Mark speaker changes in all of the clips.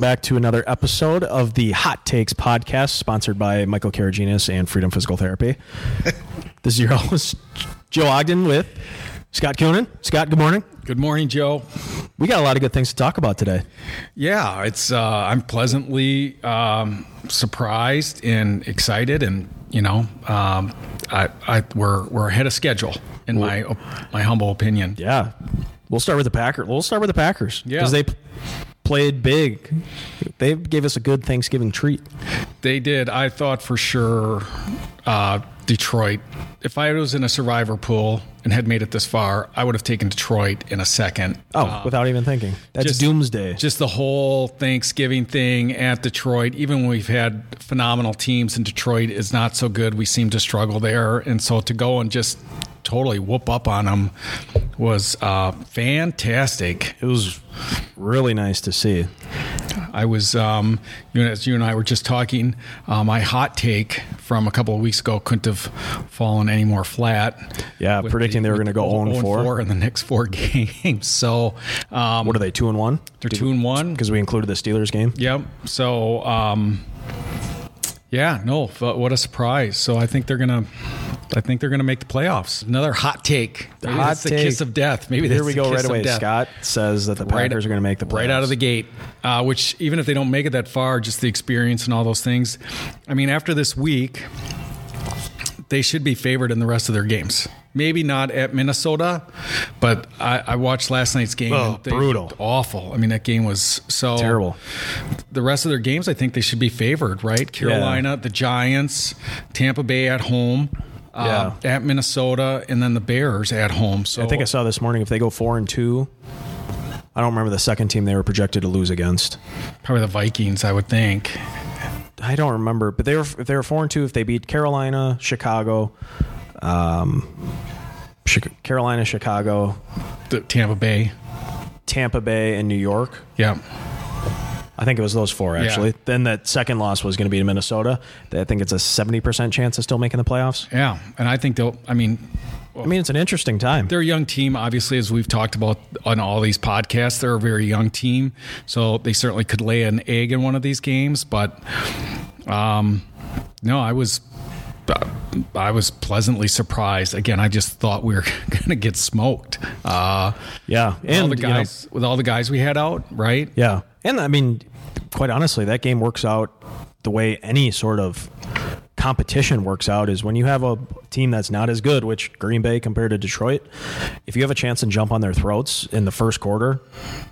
Speaker 1: back to another episode of the Hot Takes podcast, sponsored by Michael Karaginis and Freedom Physical Therapy. this is your host, Joe Ogden, with Scott Coonan. Scott, good morning.
Speaker 2: Good morning, Joe.
Speaker 1: We got a lot of good things to talk about today.
Speaker 2: Yeah, it's uh, I'm pleasantly um, surprised and excited, and you know, um, I, I we're we're ahead of schedule in my my humble opinion.
Speaker 1: Yeah, we'll start with the Packers. We'll start with the Packers
Speaker 2: Yeah.
Speaker 1: because they p- played big. They gave us a good Thanksgiving treat.
Speaker 2: They did. I thought for sure uh, Detroit. If I was in a survivor pool and had made it this far, I would have taken Detroit in a second.
Speaker 1: Oh, without even thinking, that's
Speaker 2: Uh, just-
Speaker 1: doomsday.
Speaker 2: Just the whole Thanksgiving thing at Detroit, even when we've had phenomenal teams in Detroit, is not so good. We seem to struggle there. And so to go and just totally whoop up on them was uh, fantastic.
Speaker 1: it was really nice to see.
Speaker 2: I was, um, you know, as you and I were just talking, uh, my hot take from a couple of weeks ago couldn't have fallen any more flat.
Speaker 1: Yeah,
Speaker 2: With
Speaker 1: predicting
Speaker 2: the-
Speaker 1: they were going to
Speaker 2: with
Speaker 1: go 0 and 4.
Speaker 2: 0-4 in the next four games. So um,
Speaker 1: What are they, 2 and 1?
Speaker 2: they're 2 and 1.
Speaker 1: Because we included the Steelers game.
Speaker 2: Yep. So, um, yeah, no, f- what a surprise. So I think they're gonna, I think they're gonna make the playoffs. Another hot take. Maybe
Speaker 1: hot
Speaker 2: that's the
Speaker 1: take.
Speaker 2: kiss of death. Maybe
Speaker 1: Here
Speaker 2: that's
Speaker 1: we
Speaker 2: the
Speaker 1: go
Speaker 2: kiss
Speaker 1: right
Speaker 2: of
Speaker 1: away.
Speaker 2: death.
Speaker 1: Scott says that the
Speaker 2: Right-
Speaker 1: Packers are going to make the playoffs.
Speaker 2: right out of the gate. Uh, which even if they don't make it that far, just the experience and all those things. I mean, after this week, they should be favored in the rest of their games. Maybe not at Minnesota, but I, I watched last night's game.
Speaker 1: Oh,
Speaker 2: and they
Speaker 1: brutal.
Speaker 2: looked awful. I mean, that game was so
Speaker 1: terrible.
Speaker 2: the rest of their games, I think they should be favored, right? Carolina, the Giants, Tampa Bay at home, uh, at Minnesota, and then the Bears at home. So
Speaker 1: I think I saw this morning if they go four and two, I don't remember the second team they were projected to lose against.
Speaker 2: probably the Vikings, I would think.
Speaker 1: I don't remember, but they were if they were four and two if they beat Carolina, Chicago, um, Chi- Carolina, Chicago,
Speaker 2: The Tampa Bay,
Speaker 1: Tampa Bay, and New York.
Speaker 2: yeah,
Speaker 1: I think it was those four actually. Then that second loss was going to be to Minnesota. I think it's a seventy percent chance of still making the playoffs.
Speaker 2: yeah, and I think they'll. I mean,
Speaker 1: I mean, it's an interesting time.
Speaker 2: they're a young team, obviously, as we've talked about on all these podcasts. They're a very young team, so they certainly could lay an egg in one of these games. But um, no, I was. I was pleasantly surprised. Again, I just thought we were going to get smoked. Uh,
Speaker 1: Yeah, and
Speaker 2: all the
Speaker 1: you know,
Speaker 2: guys with all the guys we had out, right?
Speaker 1: Yeah. And I mean, quite honestly, that game works out the way any sort of competition works out is when you have a team that's not as good, which Green Bay compared to Detroit, if you have a chance and jump on their throats in the first quarter,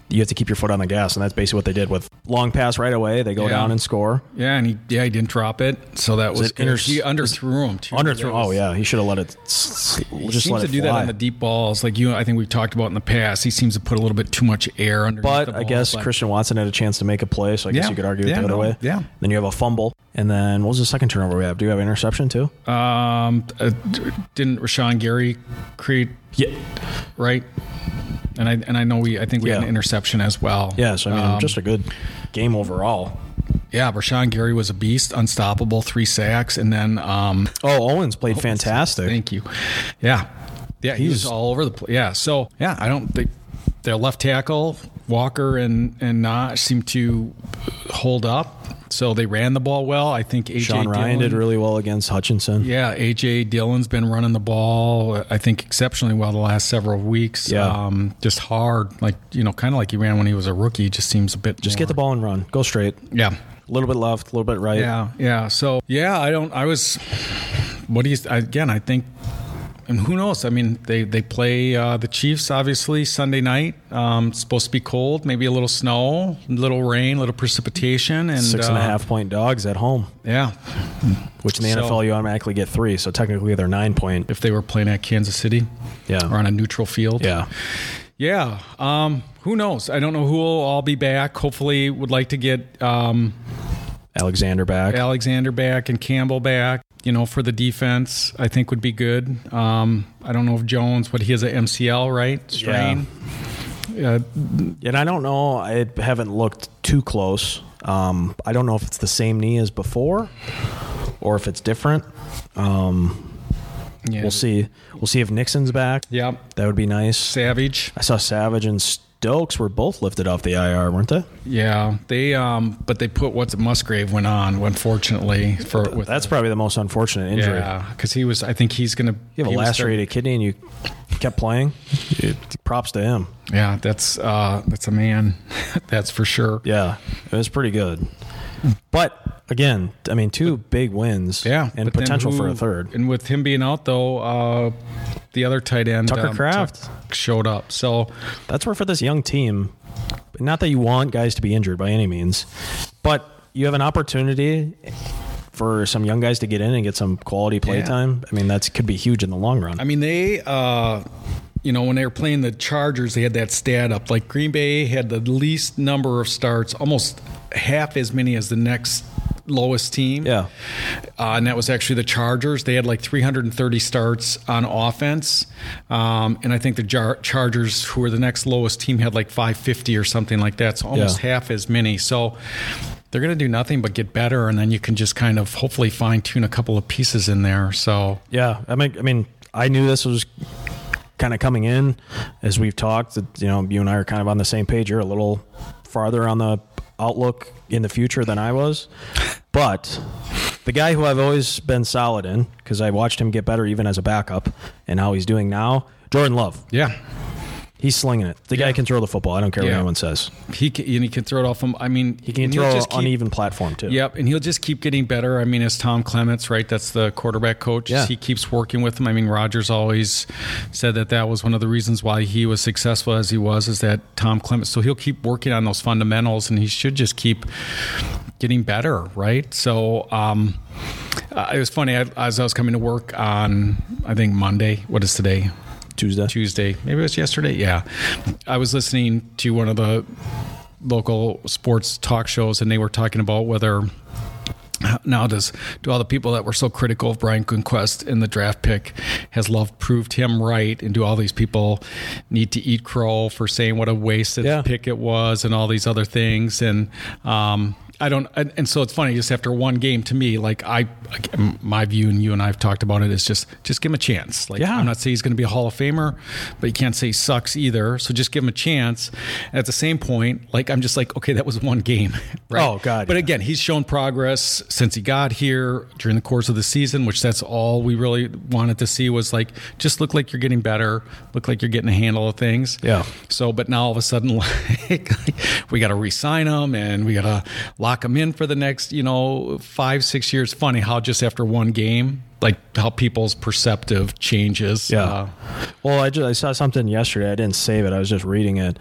Speaker 1: you have to keep your foot on the gas. And that's basically what they did with long pass right away. They go
Speaker 2: Yeah.
Speaker 1: down and score.
Speaker 2: Yeah, and he yeah he didn't drop it, so that was,
Speaker 1: it
Speaker 2: good.
Speaker 1: inter-
Speaker 2: he underthrew him too.
Speaker 1: Under
Speaker 2: That
Speaker 1: throw.
Speaker 2: was-
Speaker 1: Oh, yeah. He should have let it s- s-
Speaker 2: He
Speaker 1: just
Speaker 2: seems
Speaker 1: let
Speaker 2: to
Speaker 1: it
Speaker 2: do that
Speaker 1: fly.
Speaker 2: on the deep balls, like you. I think we've talked about in the past. He seems to put a little bit too much air under.
Speaker 1: But I guess Christian Watson had a chance to make a play, so I guess
Speaker 2: Yeah.
Speaker 1: you could argue it
Speaker 2: Yeah,
Speaker 1: the other
Speaker 2: no.
Speaker 1: way.
Speaker 2: Yeah.
Speaker 1: Then you have a fumble, and then what was the second turnover we have? Do you have an interception too?
Speaker 2: um, uh, didn't Rashawn Gary create
Speaker 1: Yeah.
Speaker 2: right? And I and I know we I think we had
Speaker 1: Yeah.
Speaker 2: an interception as well.
Speaker 1: Yeah, so I mean,
Speaker 2: Um,
Speaker 1: just a good game overall.
Speaker 2: yeah, Rashawn Gary was a beast, unstoppable, three sacks, and then um,
Speaker 1: Oh, Owens played fantastic.
Speaker 2: Thank you. Yeah. Yeah, he was
Speaker 1: He's-
Speaker 2: all over the place. Yeah. So yeah, I don't think their left tackle, Walker and and Nash seem to hold up. So they ran the ball well. I think AJ
Speaker 1: Sean Ryan
Speaker 2: Dillon-
Speaker 1: did really well against Hutchinson.
Speaker 2: yeah, AJ Dillon's been running the ball, uh, I think, exceptionally well the last several weeks.
Speaker 1: Yeah.
Speaker 2: Um, just hard, like, you know, kind of like he ran when he was a rookie. Just seems a bit.
Speaker 1: Just get the ball and run. Go straight.
Speaker 2: Yeah.
Speaker 1: A little bit left, a little bit right.
Speaker 2: Yeah, yeah. So yeah, I don't. I was. What do you? Again, I think. And who knows? I mean, they they play uh, the Chiefs obviously Sunday night. Um, it's supposed to be cold, maybe a little snow, a little rain, a little precipitation, and
Speaker 1: Six and a
Speaker 2: uh,
Speaker 1: half point dogs at home,
Speaker 2: Yeah,
Speaker 1: which in the
Speaker 2: So-
Speaker 1: NFL you automatically get three. So technically they're nine point.
Speaker 2: if they were playing at Kansas City
Speaker 1: Yeah.
Speaker 2: or on a neutral field.
Speaker 1: Yeah.
Speaker 2: yeah. Um, who knows? I don't know who will all be back. Hopefully, would like to get. Um,
Speaker 1: Alexander back.
Speaker 2: Alexander back and Campbell back, you know, for the defense, I think would be good. Um, I don't know if Jones, but he has an MCL, right? Strain. Uh, Yeah.
Speaker 1: And I don't know. I haven't looked too close. Um, I don't know if it's the same knee as before or if it's different. Um,
Speaker 2: yeah.
Speaker 1: We'll see. We'll see if Nixon's back.
Speaker 2: Yeah.
Speaker 1: That would be nice.
Speaker 2: Savage.
Speaker 1: I saw Savage and S- Stokes were both lifted off the IR, weren't they?
Speaker 2: Yeah, they um, but they put what's Musgrave went on. Unfortunately, for with
Speaker 1: That's probably the most unfortunate injury.
Speaker 2: yeah, because he was. I think he's gonna.
Speaker 1: You have
Speaker 2: he
Speaker 1: a
Speaker 2: was
Speaker 1: lacerated kidney and you kept playing. Props to him.
Speaker 2: thir- Yeah, that's uh, that's a man. that's for sure.
Speaker 1: Yeah, it was pretty good. But again, I mean, two big wins.
Speaker 2: Yeah,
Speaker 1: and
Speaker 2: but then
Speaker 1: potential for
Speaker 2: who-
Speaker 1: a third.
Speaker 2: And with him being out though, uh, the other tight end
Speaker 1: Tucker
Speaker 2: um,
Speaker 1: Kraft.
Speaker 2: Tuck showed up. So
Speaker 1: That's where for this young team, not that you want guys to be injured by any means, but you have an opportunity for some young guys to get in and get some quality play
Speaker 2: Yeah.
Speaker 1: time. I mean, that's could be huge in the long run.
Speaker 2: I mean, they, uh, you know, when they were playing the Chargers, they had that stat up. Like Green Bay had the least number of starts, almost half as many as the next lowest team.
Speaker 1: yeah,
Speaker 2: Uh, and that was actually the Chargers. They had like 330 starts on offense. Um, and I think the Jar- Chargers, who were the next lowest team, had like 550 or something like that. So almost half as many. So they're going to do nothing but get better. And then you can just kind of hopefully fine tune a couple of pieces in there. So.
Speaker 1: yeah. I mean, I mean, I knew this was kind of coming in as we've talked. That you know, you and I are kind of on the same page. You're a little farther on the outlook in the future than I was, but the guy who I've always been solid in because I watched him get better even as a backup and how he's doing now. Jordan Love.
Speaker 2: Yeah,
Speaker 1: He's slinging it. The guy can throw the football. I don't care what
Speaker 2: Yeah.
Speaker 1: anyone says.
Speaker 2: He can, and he can throw it off him. I mean,
Speaker 1: He can throw on uneven platform too.
Speaker 2: Yep, and he'll just keep getting better. I mean, as Tom Clements, right? That's the quarterback coach.
Speaker 1: Yeah.
Speaker 2: He keeps working with him. I mean, Rogers always said that that was one of the reasons why he was successful as he was, is that Tom Clements. So he'll keep working on those fundamentals, and he should just keep getting better, right? So um, uh, it was funny I, as I was coming to work on, I think Monday. What is today?
Speaker 1: Tuesday.
Speaker 2: Tuesday. Maybe it was yesterday. Yeah. I was listening to one of the local sports talk shows and they were talking about whether now does do all the people that were so critical of Brian Gunquest in the draft pick has love proved him right and do all these people need to eat crow for saying what a wasted
Speaker 1: Yeah.
Speaker 2: pick it was and all these other things and um I don't, and, and so it's funny. Just after one game, to me, like I, my view, and you and I have talked about it is just, just give him a chance. Like
Speaker 1: Yeah.
Speaker 2: I'm not saying he's going to be a Hall of Famer, but you can't say he sucks either. So just give him a chance. At the same point, like I'm just like, okay, that was one game. Right?
Speaker 1: Oh, God,
Speaker 2: But
Speaker 1: yeah.
Speaker 2: again, he's shown progress since he got here during the course of the season, which that's all we really wanted to see was like just look like you're getting better, look like you're getting a handle of things.
Speaker 1: Yeah.
Speaker 2: So, but now all of a sudden, like, we got to re-sign him and we got to lock him in for the next, you know, five, six years. Funny how just after one game, like how people's perceptive changes.
Speaker 1: Yeah.
Speaker 2: Uh,
Speaker 1: well, I just I saw something yesterday. I didn't save it. I was just reading it.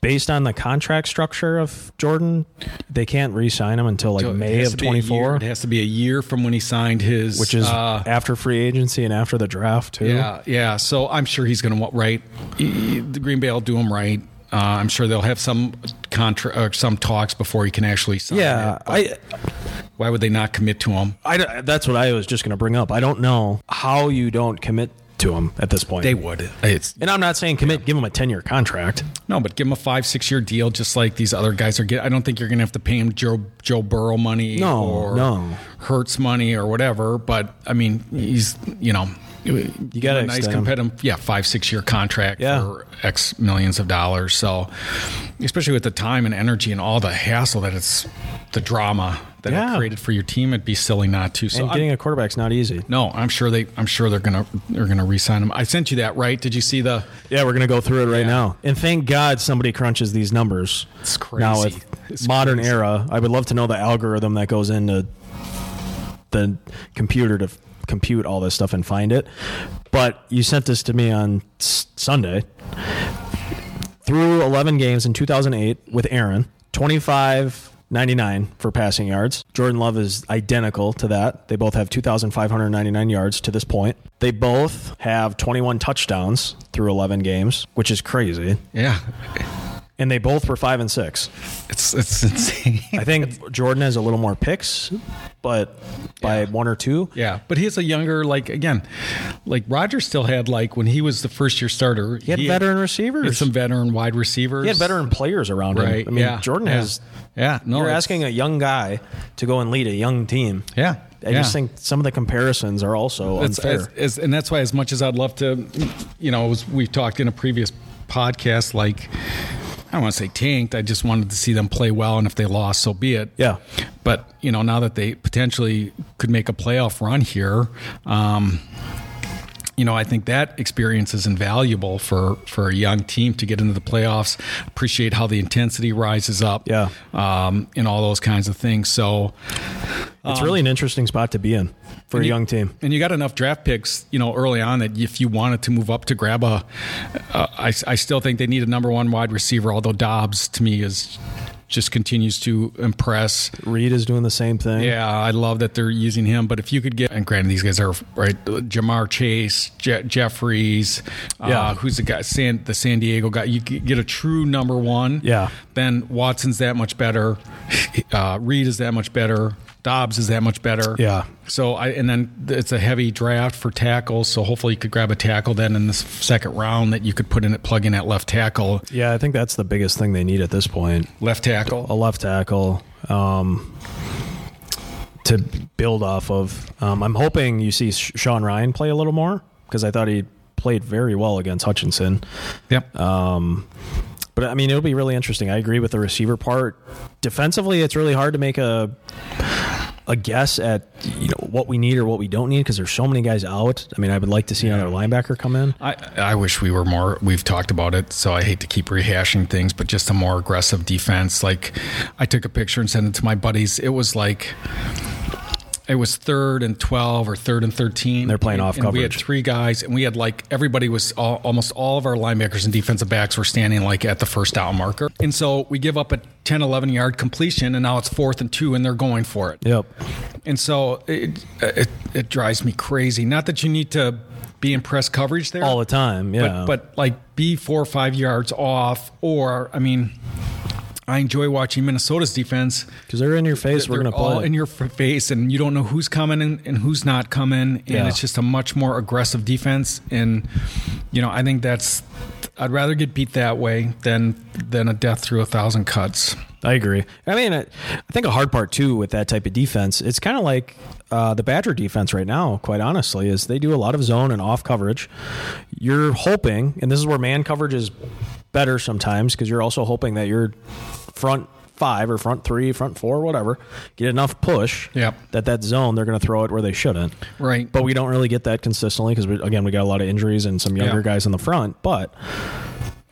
Speaker 1: Based on the contract structure of Jordan, they can't re-sign him until like
Speaker 2: Uh, it
Speaker 1: May
Speaker 2: has
Speaker 1: of
Speaker 2: to be a year-
Speaker 1: 24,
Speaker 2: It has to be a year from when he signed his,
Speaker 1: which is
Speaker 2: uh,
Speaker 1: after free agency and after the draft too.
Speaker 2: Yeah, Uh, yeah. So I'm sure he's going to want right. He- The Green Bay will do him right. Uh, I'm sure they'll have some contra- or some talks before he can actually sign.
Speaker 1: Yeah,
Speaker 2: it.
Speaker 1: I,
Speaker 2: Why would they not commit to him?
Speaker 1: I d- that's what I was just going to bring up. I don't know how you don't commit to him at this point.
Speaker 2: They would. It's
Speaker 1: and I'm not saying commit, give him a 10-year contract.
Speaker 2: no, but give him a five, six year deal, just like these other guys are getting. I don't think you're going to have to pay him Joe Joe Burrow money,
Speaker 1: No,
Speaker 2: or
Speaker 1: no.
Speaker 2: Hertz money, or whatever. But I mean, he's you know. You
Speaker 1: gotta
Speaker 2: a nice
Speaker 1: extend him.
Speaker 2: competitive, yeah, five six year contract
Speaker 1: Yeah.
Speaker 2: for X millions of dollars. So, especially with the time and energy and all the hassle that it's the drama that
Speaker 1: Yeah.
Speaker 2: it created for your team, it'd be silly not to. So,
Speaker 1: And
Speaker 2: I'm-
Speaker 1: getting a quarterback's not easy.
Speaker 2: no, I'm sure they, I'm sure they're gonna, they're gonna re-sign him. I sent you that, right? Did you see the?
Speaker 1: Yeah, we're gonna go through it right now. And thank God somebody crunches these numbers.
Speaker 2: It's
Speaker 1: Now
Speaker 2: crazy.
Speaker 1: with
Speaker 2: It's
Speaker 1: modern
Speaker 2: crazy.
Speaker 1: era, I would love to know the algorithm that goes into the computer to f- compute all this stuff and find it. But you sent this to me on s- Sunday. Through 11 games in 2008 with Aaron, 25 99 for passing yards. Jordan Love is identical to that. They both have 2,599 yards to this point. They both have 21 touchdowns through 11 games, which is crazy.
Speaker 2: Yeah,
Speaker 1: And they both were 5 and 6.
Speaker 2: It's it's insane.
Speaker 1: I think Jordan has a little more picks, but by one or two.
Speaker 2: yeah, but he's a younger like again, like Roger still had like when he was the first year starter.
Speaker 1: He had veteran receivers.
Speaker 2: he had some veteran wide receivers.
Speaker 1: he had veteran players around
Speaker 2: right?
Speaker 1: him. I mean,
Speaker 2: yeah,
Speaker 1: Jordan
Speaker 2: yeah.
Speaker 1: has.
Speaker 2: Yeah, no,
Speaker 1: You're
Speaker 2: it's-
Speaker 1: asking a young guy to go and lead a young team.
Speaker 2: Yeah,
Speaker 1: I
Speaker 2: yeah.
Speaker 1: just think some of the comparisons are also
Speaker 2: That's-
Speaker 1: unfair.
Speaker 2: as- as- and that's why, as much as I'd love to, you know, as we've talked in a previous podcast, like I don't want to say tanked. I just wanted to see them play well, and if they lost, so be it.
Speaker 1: Yeah.
Speaker 2: But you know, now that they potentially could make a playoff run here, um, you know, I think that experience is invaluable for for a young team to get into the playoffs. Appreciate how the intensity rises up,
Speaker 1: Yeah.
Speaker 2: um, and all those kinds of things. So,
Speaker 1: It's really an interesting spot to be in for a young team.
Speaker 2: um, and you got enough draft picks, you know, early on that if you wanted to move up to grab a, uh, I, I still think they need a number one wide receiver. Although Dobbs to me is just continues to impress.
Speaker 1: Reed is doing the same thing.
Speaker 2: Yeah, I love that they're using him. But if you could get, and granted, these guys are right, Jamar Chase, Je- Jeffries,
Speaker 1: Yeah.
Speaker 2: uh, who's the guy, San, the San Diego guy. You could get a true number one.
Speaker 1: Yeah.
Speaker 2: Then Watson's that much better. Uh, Reed is that much better. Dobbs is that much better.
Speaker 1: Yeah.
Speaker 2: So I and then it's a heavy draft for tackles. So hopefully you could grab a tackle then in the s- second round that you could put in it, plug in at left tackle,
Speaker 1: Yeah, I think that's the biggest thing they need at this point.
Speaker 2: left tackle.
Speaker 1: A left tackle um, to build off of. Um, I'm hoping you see Sh- Sean Ryan play a little more because I thought he played very well against Hutchinson.
Speaker 2: Yep.
Speaker 1: But I mean, it'll be really interesting. I agree with the receiver part. Defensively, it's really hard to make a a guess at you know what we need or what we don't need because there's so many guys out. I mean, I would like to see another linebacker come in.
Speaker 2: I, I wish we were more. We've talked about it, so I hate to keep rehashing things, but just a more aggressive defense. Like, I took a picture and sent it to my buddies. It was like, it was third and 12 or third and 13.
Speaker 1: They're playing
Speaker 2: And-
Speaker 1: off
Speaker 2: and We had
Speaker 1: coverage.
Speaker 2: three guys, and we had like everybody was all, almost all of our linebackers and defensive backs were standing like at the first down marker. And so we give up a 10, 11 yard completion, and now it's fourth and two, and they're going for it.
Speaker 1: Yep.
Speaker 2: And so it, it, it drives me crazy. Not that you need to be in press coverage there
Speaker 1: All the time. Yeah.
Speaker 2: but but like be four or five yards off or i mean i enjoy watching minnesota's defense
Speaker 1: because they're in your face, we're
Speaker 2: They're
Speaker 1: going to
Speaker 2: all
Speaker 1: play.
Speaker 2: in your f- face and you don't know who's coming and, and who's not coming and
Speaker 1: Yeah.
Speaker 2: it's just a much more aggressive defense and you know i think that's i'd rather get beat that way than than a death through a thousand cuts
Speaker 1: I agree. I mean, I, I think a hard part too with that type of defense, it's kind of like uh, the Badger defense right now, quite honestly, is they do a lot of zone and off coverage. You're hoping, and this is where man coverage is better sometimes because you're also hoping that your front five or front three, front four, whatever, get enough push
Speaker 2: Yep.
Speaker 1: that that zone they're going to throw it where they shouldn't.
Speaker 2: Right.
Speaker 1: But we don't really get that consistently because, again, we got a lot of injuries and some younger
Speaker 2: Yeah.
Speaker 1: guys in the front. But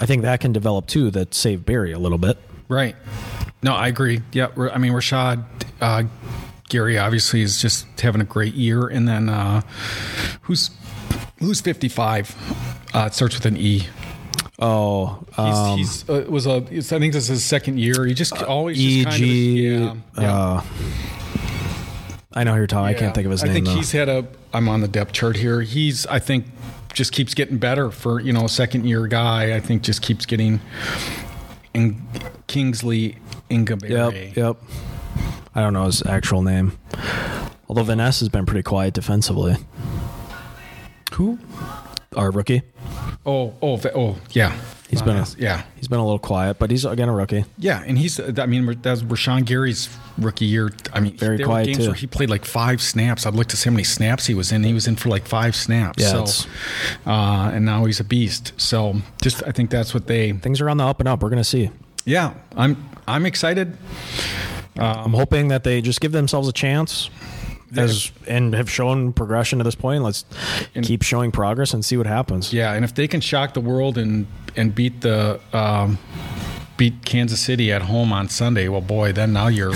Speaker 1: I think that can develop too that save Barry a little bit.
Speaker 2: Right. No, I agree. Yeah, we're- I mean Rashad uh, Gary obviously is just having a great year, and then uh, who's who's fifty five? Uh, it starts with an E.
Speaker 1: Oh,
Speaker 2: He's, he's uh, was a. It's, I think this is his second year. He just always
Speaker 1: E
Speaker 2: just kind of-
Speaker 1: G.
Speaker 2: yeah, yeah.
Speaker 1: Uh, I know who you're talking. I can't think of his
Speaker 2: I
Speaker 1: name
Speaker 2: think
Speaker 1: though.
Speaker 2: he's had a. I'm on the depth chart here. He's. I think just keeps getting better for you know a second year guy. I think just keeps getting. In Kingsley Ingabere.
Speaker 1: Yep, yep. I don't know his actual name. Although Vanessa has been pretty quiet defensively.
Speaker 2: Who?
Speaker 1: Our rookie,
Speaker 2: Oh, oh, fa- oh, yeah.
Speaker 1: He's been a-
Speaker 2: yeah,
Speaker 1: he's been a little quiet, but he's again a rookie.
Speaker 2: yeah, and he's. I mean, that's Rashawn Gary's rookie year. I mean,
Speaker 1: Very
Speaker 2: there
Speaker 1: quiet,
Speaker 2: were games
Speaker 1: too.
Speaker 2: where he played like five snaps. I've looked at see how many snaps he was in. He was in for like five snaps.
Speaker 1: Yeah, it's-
Speaker 2: so, uh, and now he's a beast. So, just I think that's what they.
Speaker 1: Things are on the up and up. We're gonna see.
Speaker 2: Yeah, I'm. I'm excited. Um,
Speaker 1: I'm hoping that they just give themselves a chance. As and have shown progression to this point. Let's keep showing progress and see what happens.
Speaker 2: Yeah, and if they can shock the world and and beat the. Um, Beat Kansas City at home on Sunday. Well, boy, then now you're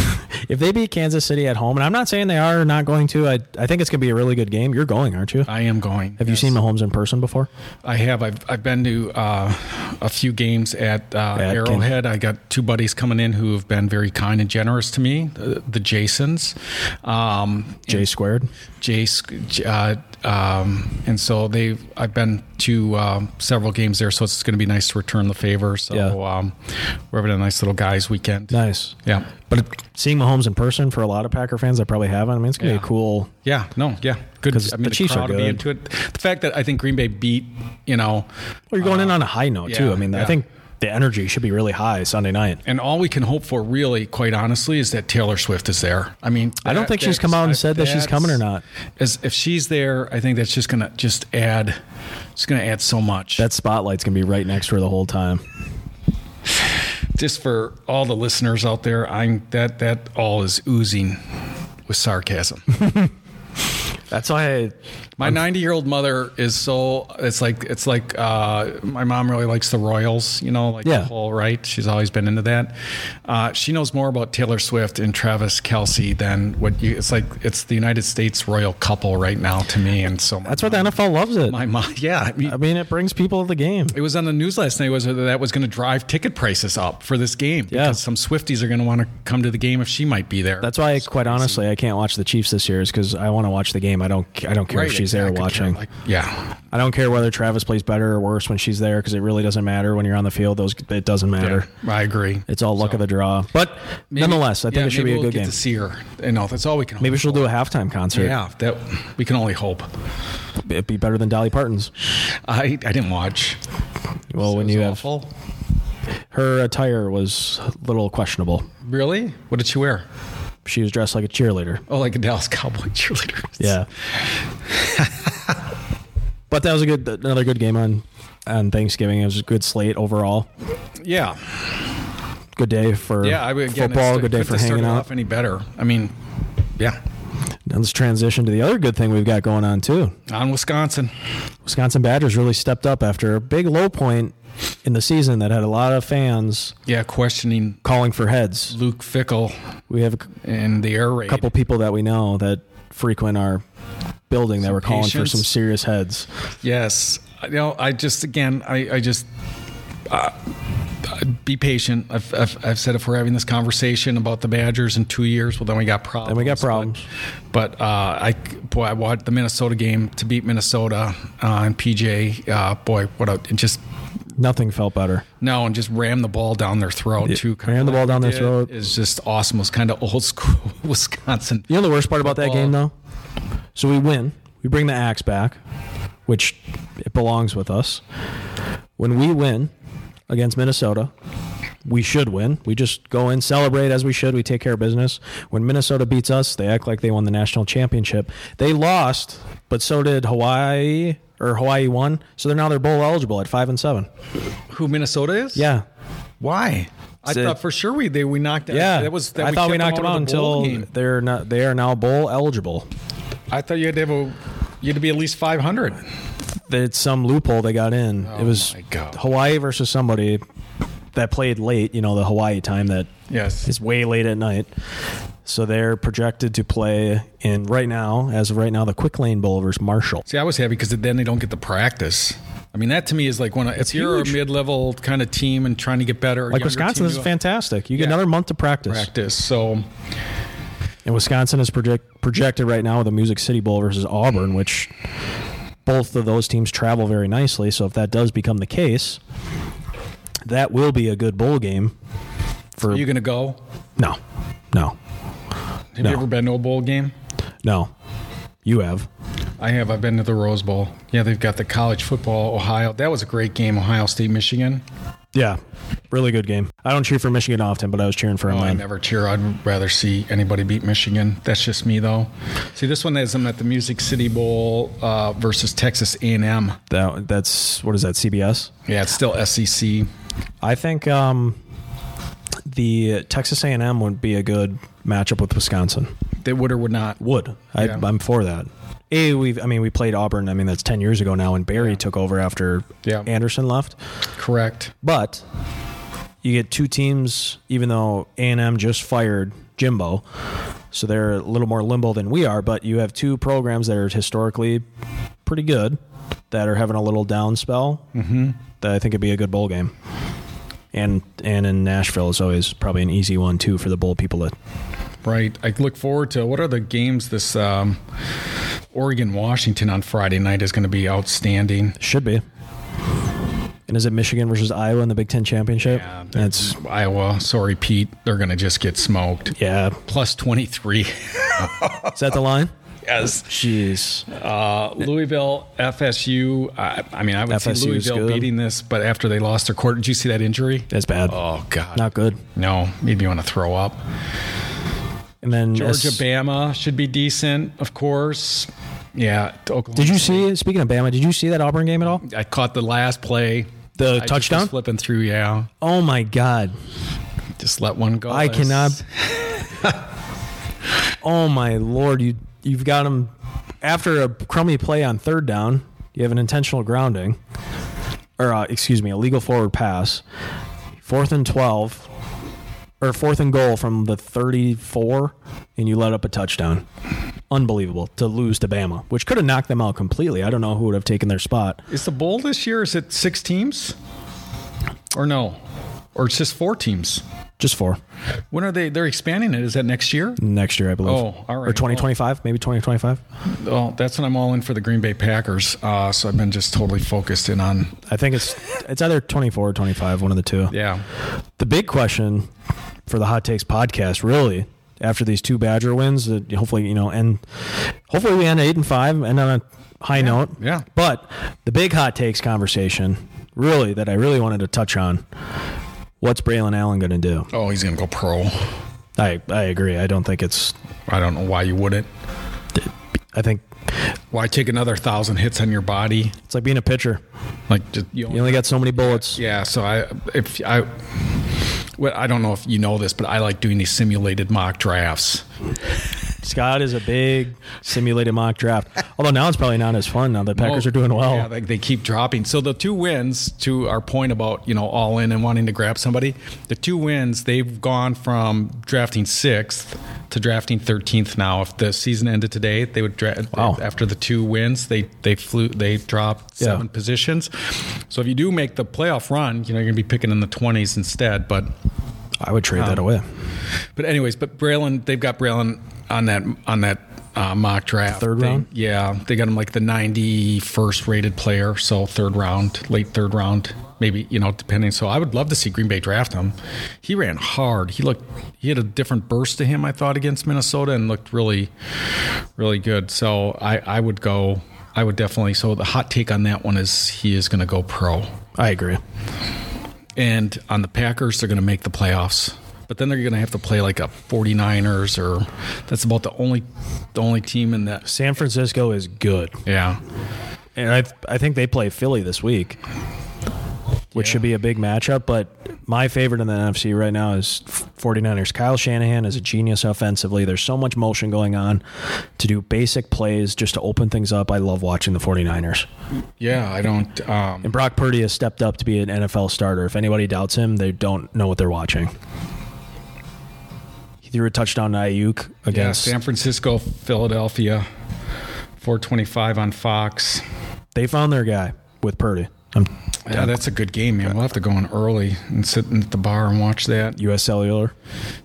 Speaker 1: If they beat Kansas City at home, and I'm not saying they are not going to, I, I think it's going to be a really good game. You're going, aren't you?
Speaker 2: I am going.
Speaker 1: Have you seen Mahomes in person before?
Speaker 2: I have. I've, I've been to uh, a few games at, uh,
Speaker 1: At Kin-
Speaker 2: Arrowhead. I got two buddies coming in who have been very kind and generous to me, the, the Jasons, um,
Speaker 1: J squared.
Speaker 2: Jace, uh, um, and so they. I've been to um, several games there, so it's going to be nice to return the favor. So
Speaker 1: Yeah.
Speaker 2: um, we're having a nice little guys weekend.
Speaker 1: Nice.
Speaker 2: Yeah,
Speaker 1: But seeing Mahomes in person for a lot of Packer fans that probably haven't, I mean, it's going to
Speaker 2: Yeah.
Speaker 1: be a cool.
Speaker 2: yeah, no, yeah, good.
Speaker 1: 'Cause
Speaker 2: I mean,
Speaker 1: the
Speaker 2: the,
Speaker 1: Chiefs are
Speaker 2: crowd will be
Speaker 1: good.
Speaker 2: into it. The fact that I think Green Bay beat, you know,
Speaker 1: Well, you're going in on a high note, too.
Speaker 2: Uh, yeah,
Speaker 1: I mean, I
Speaker 2: yeah.
Speaker 1: think the energy should be really high Sunday night.
Speaker 2: And all we can hope for, really, quite honestly, is that Taylor Swift is there. I mean,
Speaker 1: I don't
Speaker 2: that-
Speaker 1: think she's
Speaker 2: that's-
Speaker 1: come out and
Speaker 2: I-
Speaker 1: said that she's coming or
Speaker 2: that's-
Speaker 1: not.
Speaker 2: As if she's there, I think that's just gonna just add, it's gonna add so much.
Speaker 1: That spotlight's going to be right next to her the whole time.
Speaker 2: just for all the listeners out there, I'm that that all is oozing with sarcasm.
Speaker 1: That's why I,
Speaker 2: My 90 year old mother is so it's like it's like uh, my mom really likes the Royals, you know, like
Speaker 1: Yeah.
Speaker 2: the whole right. She's always been into that. Uh, she knows more about Taylor Swift and Travis Kelsey than what you. It's like it's the United States royal couple right now to me, and so my,
Speaker 1: that's why the NFL loves it.
Speaker 2: my mom. Yeah, I mean,
Speaker 1: I mean, it brings people to the game.
Speaker 2: it was on the news last night was that that was going to drive ticket prices up for this game
Speaker 1: Yeah.
Speaker 2: because some Swifties are going to want to come to the game if she might be there.
Speaker 1: That's why, quite honestly, I can't watch the Chiefs this year. Is because I want to watch the game. I don't. I don't care
Speaker 2: Right,
Speaker 1: if she's
Speaker 2: I
Speaker 1: there
Speaker 2: could care
Speaker 1: watching.
Speaker 2: like- yeah,
Speaker 1: I don't care whether Travis plays better or worse when she's there because it really doesn't matter when you're on the field. Those it doesn't matter.
Speaker 2: I agree.
Speaker 1: It's all luck of the draw. But nonetheless, I think
Speaker 2: yeah,
Speaker 1: it should be
Speaker 2: maybe
Speaker 1: a
Speaker 2: we'll
Speaker 1: good
Speaker 2: get
Speaker 1: game.
Speaker 2: To see her, and no, that's all we can.
Speaker 1: Maybe
Speaker 2: hope.
Speaker 1: she'll do a halftime concert.
Speaker 2: Yeah, that we can only hope.
Speaker 1: It'd be better than Dolly Parton's.
Speaker 2: I I didn't watch.
Speaker 1: Well, Oh, when
Speaker 2: It was
Speaker 1: you have
Speaker 2: awful.
Speaker 1: her attire was a little questionable.
Speaker 2: really, what did she wear?
Speaker 1: She was dressed like a cheerleader.
Speaker 2: Oh, like a Dallas Cowboy cheerleader.
Speaker 1: Yeah. but that was a good another good game on on Thanksgiving. It was a good slate overall.
Speaker 2: yeah,
Speaker 1: Good day for
Speaker 2: yeah. I would again,
Speaker 1: football.
Speaker 2: it's-
Speaker 1: Good day
Speaker 2: couldn't
Speaker 1: for
Speaker 2: have started
Speaker 1: hanging out.
Speaker 2: Off any better? I mean, yeah,
Speaker 1: Now let's transition to the other good thing we've got going on too.
Speaker 2: on Wisconsin.
Speaker 1: Wisconsin Badgers really stepped up after a big low point in the season that had a lot of fans
Speaker 2: Yeah, questioning
Speaker 1: calling for heads.
Speaker 2: Luke Fickle
Speaker 1: We have a c-
Speaker 2: and the air raid.
Speaker 1: couple people that we know that frequent our building that were calling for
Speaker 2: patience.
Speaker 1: some serious heads.
Speaker 2: Yes. You know, I just, again, I, I just, uh, be patient. I've, I've, I've said if we're having this conversation about the Badgers in two years, well, then we got problems.
Speaker 1: Then we got
Speaker 2: But-
Speaker 1: problems.
Speaker 2: But, uh, I, boy, I watched the Minnesota game to beat Minnesota uh, and PJ. Uh, boy, what a, it just,
Speaker 1: Nothing felt better.
Speaker 2: no, and just ram the ball down their throat, too.
Speaker 1: ram the ball down their
Speaker 2: It
Speaker 1: throat.
Speaker 2: is just awesome. It's kind of old school Wisconsin.
Speaker 1: You know the worst part about that
Speaker 2: Football.
Speaker 1: game though? So we win. We bring the axe back, which it belongs with us. When we win against Minnesota, we should win. We just go in, celebrate as we should. We take care of business. When Minnesota beats us, they act like they won the national championship. They lost, but so did Hawaii or Hawaii won. So they're now they're bowl eligible at five and seven.
Speaker 2: Who Minnesota is?
Speaker 1: Yeah.
Speaker 2: Why? I
Speaker 1: It's a-
Speaker 2: thought for sure we they we knocked out.
Speaker 1: Yeah.
Speaker 2: that was that
Speaker 1: I thought we knocked
Speaker 2: kept
Speaker 1: them out
Speaker 2: them of the bowl
Speaker 1: until
Speaker 2: game.
Speaker 1: they're not they are now bowl eligible.
Speaker 2: I thought you had to have a, you had to be at least 500.
Speaker 1: it's some loophole they got in. it was
Speaker 2: my God.
Speaker 1: Hawaii versus somebody that played late, you know, the Hawaii time that
Speaker 2: Yes.
Speaker 1: is way late at night. So they're projected to play in right now, as of right now, the Quick Lane Bowl versus Marshall.
Speaker 2: See, I was happy because then they don't get the practice. I mean, that to me is like when I, if you're
Speaker 1: huge.
Speaker 2: a mid-level kind of team and trying to get better,
Speaker 1: Like Wisconsin, this is fantastic. You get
Speaker 2: Yeah.
Speaker 1: another month to practice.
Speaker 2: practice. So
Speaker 1: And Wisconsin is project, projected right now with the Music City Bowl versus Auburn, which both of those teams travel very nicely. So if that does become the case, that will be a good bowl game. For
Speaker 2: are you going to go?
Speaker 1: no, no,
Speaker 2: Have
Speaker 1: No.
Speaker 2: you ever been to a bowl game?
Speaker 1: No, you have.
Speaker 2: I have. I've been to the Rose Bowl. Yeah, they've got the college football Ohio. That was a great game. Ohio State, Michigan.
Speaker 1: Yeah, really good game. I don't cheer for Michigan often, but I was cheering for
Speaker 2: Oh, I
Speaker 1: mine.
Speaker 2: never cheer. I'd rather see anybody beat Michigan. That's just me, though. See, this one is I'm at the Music City Bowl uh, versus Texas A&M.
Speaker 1: That, that's what is that CBS?
Speaker 2: Yeah, it's still E SEC.
Speaker 1: I think um, the Texas A&M would be a good matchup with Wisconsin.
Speaker 2: They would or would not.
Speaker 1: Would I,
Speaker 2: Yeah.
Speaker 1: I'm for that. A, we've I mean we played Auburn. I mean that's ten years ago now, and Barry took over after
Speaker 2: Yeah.
Speaker 1: Anderson left.
Speaker 2: Correct.
Speaker 1: But you get two teams, even though A and M just fired Jimbo, so they're a little more limbo than we are. But you have two programs that are historically pretty good that are having a little down spell. Mm-hmm. That I think would be a good bowl game. And and in Nashville is always probably an easy one too for the bowl people to.
Speaker 2: Right. I look forward to what are the games this um, Oregon Washington on Friday night is going to be outstanding.
Speaker 1: Should be. And is it Michigan versus Iowa in the Big Ten championship?
Speaker 2: Yeah, they're-
Speaker 1: That's
Speaker 2: Iowa, sorry Pete, they're going to just get smoked.
Speaker 1: yeah.
Speaker 2: Plus 23.
Speaker 1: Is that the line?
Speaker 2: yes.
Speaker 1: Jeez.
Speaker 2: Uh, Louisville, FSU. I, I mean, I would see
Speaker 1: FSU is
Speaker 2: Louisville
Speaker 1: good.
Speaker 2: beating this, but after they lost their quarter, did you see that injury?
Speaker 1: That's bad.
Speaker 2: Oh God.
Speaker 1: Not good.
Speaker 2: no, made me want to throw up.
Speaker 1: And then
Speaker 2: Georgia,
Speaker 1: S-
Speaker 2: Bama should be decent, of course. Yeah, Oklahoma
Speaker 1: Did you see? Speaking of Bama, did you see that Auburn game at all?
Speaker 2: I caught the last play.
Speaker 1: The
Speaker 2: I just was
Speaker 1: touchdown?
Speaker 2: flipping through, yeah.
Speaker 1: Oh my god.
Speaker 2: Just let one go.
Speaker 1: I
Speaker 2: There's-
Speaker 1: cannot. oh my lord, you you've got him after a crummy play on third down. You have an intentional grounding, or uh, excuse me, a legal forward pass. Fourth and twelve, or fourth and goal from the thirty-four, and you let up a touchdown. Unbelievable to lose to Bama, which could have knocked them out completely. I don't know who would have taken their spot.
Speaker 2: Is the bowl this year? Is it six teams? Or no? Or it's just four teams?
Speaker 1: Just four
Speaker 2: When are they? They're expanding it. Is that next year?
Speaker 1: next year, I believe.
Speaker 2: Oh, all right.
Speaker 1: Or twenty twenty-five, maybe twenty twenty-five.
Speaker 2: Oh, that's when I'm all in for the Green Bay Packers. Uh, so I've been just totally focused in on.
Speaker 1: I think it's it's either 24 or 25, one of the two.
Speaker 2: Yeah.
Speaker 1: The big question for the Hot Takes podcast, really, after these two Badger wins, that hopefully you know, and hopefully we end eight and five, and on a high note.
Speaker 2: yeah.
Speaker 1: But the big Hot Takes conversation, really, that I really wanted to touch on. What's Braylon Allen going to do?
Speaker 2: Oh, he's gonna go pro.
Speaker 1: I, I agree. I don't think it's.
Speaker 2: I don't know why you wouldn't.
Speaker 1: I think
Speaker 2: Why take another thousand hits on your body?
Speaker 1: it's like being a pitcher.
Speaker 2: Like just, you
Speaker 1: You only got so many bullets.
Speaker 2: Yeah, so I if I well, I don't know if you know this, but I like doing these simulated mock drafts.
Speaker 1: Scott is a big simulated mock draft. Although now it's probably not as fun now that Packers are doing well.
Speaker 2: Yeah, they, they keep dropping. So the two wins to our point about, you know, all in and wanting to grab somebody, the two wins, they've gone from drafting 6th to drafting 13th now. If the season ended today, they would draft
Speaker 1: Wow.
Speaker 2: after the two wins, they they flew they dropped
Speaker 1: Yeah.
Speaker 2: seven positions. So if you do make the playoff run, you know, you're going to be picking in the 20s instead, but
Speaker 1: I would trade that away.
Speaker 2: But anyways, but Braylon, they've got Braylon on that on that uh, mock draft.
Speaker 1: Third
Speaker 2: They-
Speaker 1: round?
Speaker 2: yeah, they got him like the ninety first rated player, so third round, late third round, maybe you know depending. So I would love to see Green Bay draft him. He ran hard. He looked he had a different burst to him. I thought against Minnesota and looked really really good. So I I would go. I would definitely. So the hot take on that one is he is going to go pro.
Speaker 1: I agree.
Speaker 2: And on the Packers, they're going to make the playoffs. But then they're going to have to play like a 49ers or that's about the only the only team in that.
Speaker 1: San Francisco is good,
Speaker 2: Yeah.
Speaker 1: and I I think they play Philly this week, which should be a big matchup. But my favorite in the NFC right now is 49ers. Kyle Shanahan is a genius offensively. There's so much motion going on to do basic plays just to open things up. I love watching the 49ers.
Speaker 2: Yeah, I don't um
Speaker 1: And Brock Purdy has stepped up to be an NFL starter. If anybody doubts him, they don't know what they're watching. He threw a touchdown to Ayuk
Speaker 2: yeah,
Speaker 1: against
Speaker 2: San Francisco, Philadelphia 425 on Fox.
Speaker 1: they found their guy with Purdy. Um,
Speaker 2: Yeah, that's a good game, man. We'll have to go in early and sit at the bar and watch that.
Speaker 1: US Cellular.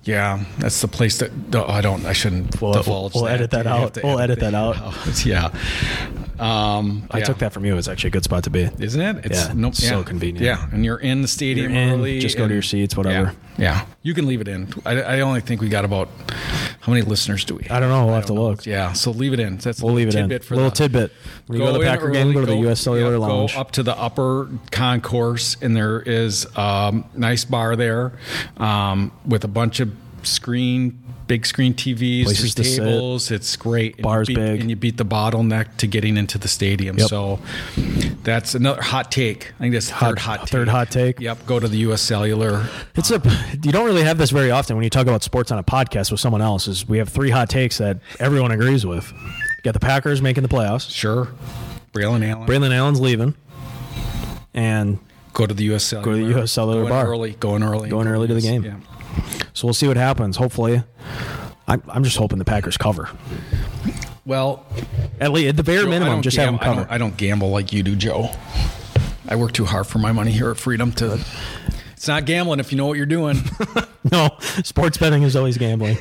Speaker 2: Yeah, that's the place that no, I don't I shouldn't
Speaker 1: We'll-
Speaker 2: divulge
Speaker 1: we'll edit that
Speaker 2: You have
Speaker 1: out.
Speaker 2: to
Speaker 1: We'll edit that out.
Speaker 2: yeah. Um
Speaker 1: I took that from you. It's actually a good spot to be.
Speaker 2: isn't it? It's
Speaker 1: Yeah, it's so convenient.
Speaker 2: Yeah, and you're in the stadium
Speaker 1: You're in,
Speaker 2: early.
Speaker 1: just go to
Speaker 2: and-
Speaker 1: your seats, whatever.
Speaker 2: Yeah, yeah. you can leave it in. I, I only think we got about how many listeners do we?
Speaker 1: I
Speaker 2: Have?
Speaker 1: don't know. We'll have to look.
Speaker 2: Yeah, so leave it in. That's a
Speaker 1: We'll leave it in.
Speaker 2: tidbit For
Speaker 1: Little
Speaker 2: the,
Speaker 1: tidbit. When you go to the
Speaker 2: in
Speaker 1: Packer game,
Speaker 2: early,
Speaker 1: go to the U.S. Cellular
Speaker 2: yeah,
Speaker 1: Lounge.
Speaker 2: Go up to the upper concourse, and there is a um, nice bar there um, with a bunch of screen, big screen TVs,
Speaker 1: Places to
Speaker 2: there's
Speaker 1: sit.
Speaker 2: tables. It's great. And
Speaker 1: Bar's
Speaker 2: you beat,
Speaker 1: big.
Speaker 2: And you beat the bottleneck to getting into the stadium.
Speaker 1: Yep.
Speaker 2: So that's another hot take. I think that's the third hot take.
Speaker 1: third hot take.
Speaker 2: Yep. Go to the U.S. Cellular.
Speaker 1: It's a you don't really have this very often when you talk about sports on a podcast with someone else. Is we have three hot takes that everyone agrees with. You got the Packers making the playoffs.
Speaker 2: Sure. Braylon Allen.
Speaker 1: Braylon Allen's leaving, and
Speaker 2: go to the U.S. Cellular.
Speaker 1: US Cellular
Speaker 2: Go in
Speaker 1: bar.
Speaker 2: Early. Going early.
Speaker 1: Go in early to the game.
Speaker 2: Yeah.
Speaker 1: so we'll see what happens. Hopefully, I'm, I'm just hoping the Packers cover.
Speaker 2: Well,
Speaker 1: At least at the bare
Speaker 2: Joe, I
Speaker 1: minimum,
Speaker 2: don't
Speaker 1: just have
Speaker 2: gam-
Speaker 1: them cover.
Speaker 2: I don't, I don't gamble like you do, Joe. I work too hard for my money here at Freedom to. It's not gambling if you know what you're doing.
Speaker 1: No, sports betting is always gambling.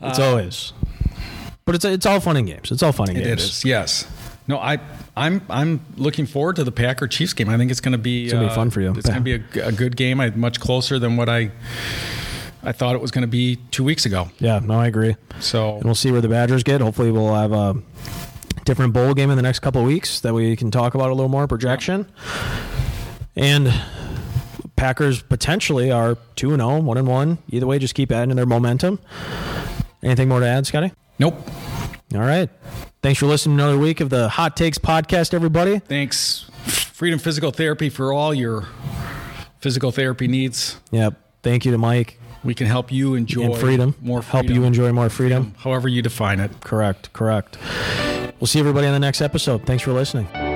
Speaker 1: it's
Speaker 2: Uh,
Speaker 1: always. But it's it's all fun and games. It's all fun and
Speaker 2: it
Speaker 1: games.
Speaker 2: is, yes. No, I, I'm, I'm looking forward to the Packer Chiefs game. I think it's going to be, it's
Speaker 1: gonna be fun for you.
Speaker 2: It's going to be a, a good game. I much closer than what I, I thought it was going to be two weeks ago.
Speaker 1: Yeah, no, I agree.
Speaker 2: So
Speaker 1: And we'll see where the Badgers get. Hopefully, we'll have a different bowl game in the next couple of weeks that we can talk about a little more projection. And Packers potentially are 2 and 0, 1 and 1. Either way, just keep adding to their momentum. Anything more to add, Scotty?
Speaker 2: nope.
Speaker 1: All right. Thanks for listening to another week of the Hot Takes podcast, everybody.
Speaker 2: Thanks, Freedom Physical Therapy for all your physical therapy needs.
Speaker 1: Yep. Thank you to Mike
Speaker 2: We can help you enjoy
Speaker 1: and freedom.
Speaker 2: more
Speaker 1: Help you enjoy more freedom.
Speaker 2: however you define it.
Speaker 1: Correct. Correct. We'll see everybody on the next episode. Thanks for listening.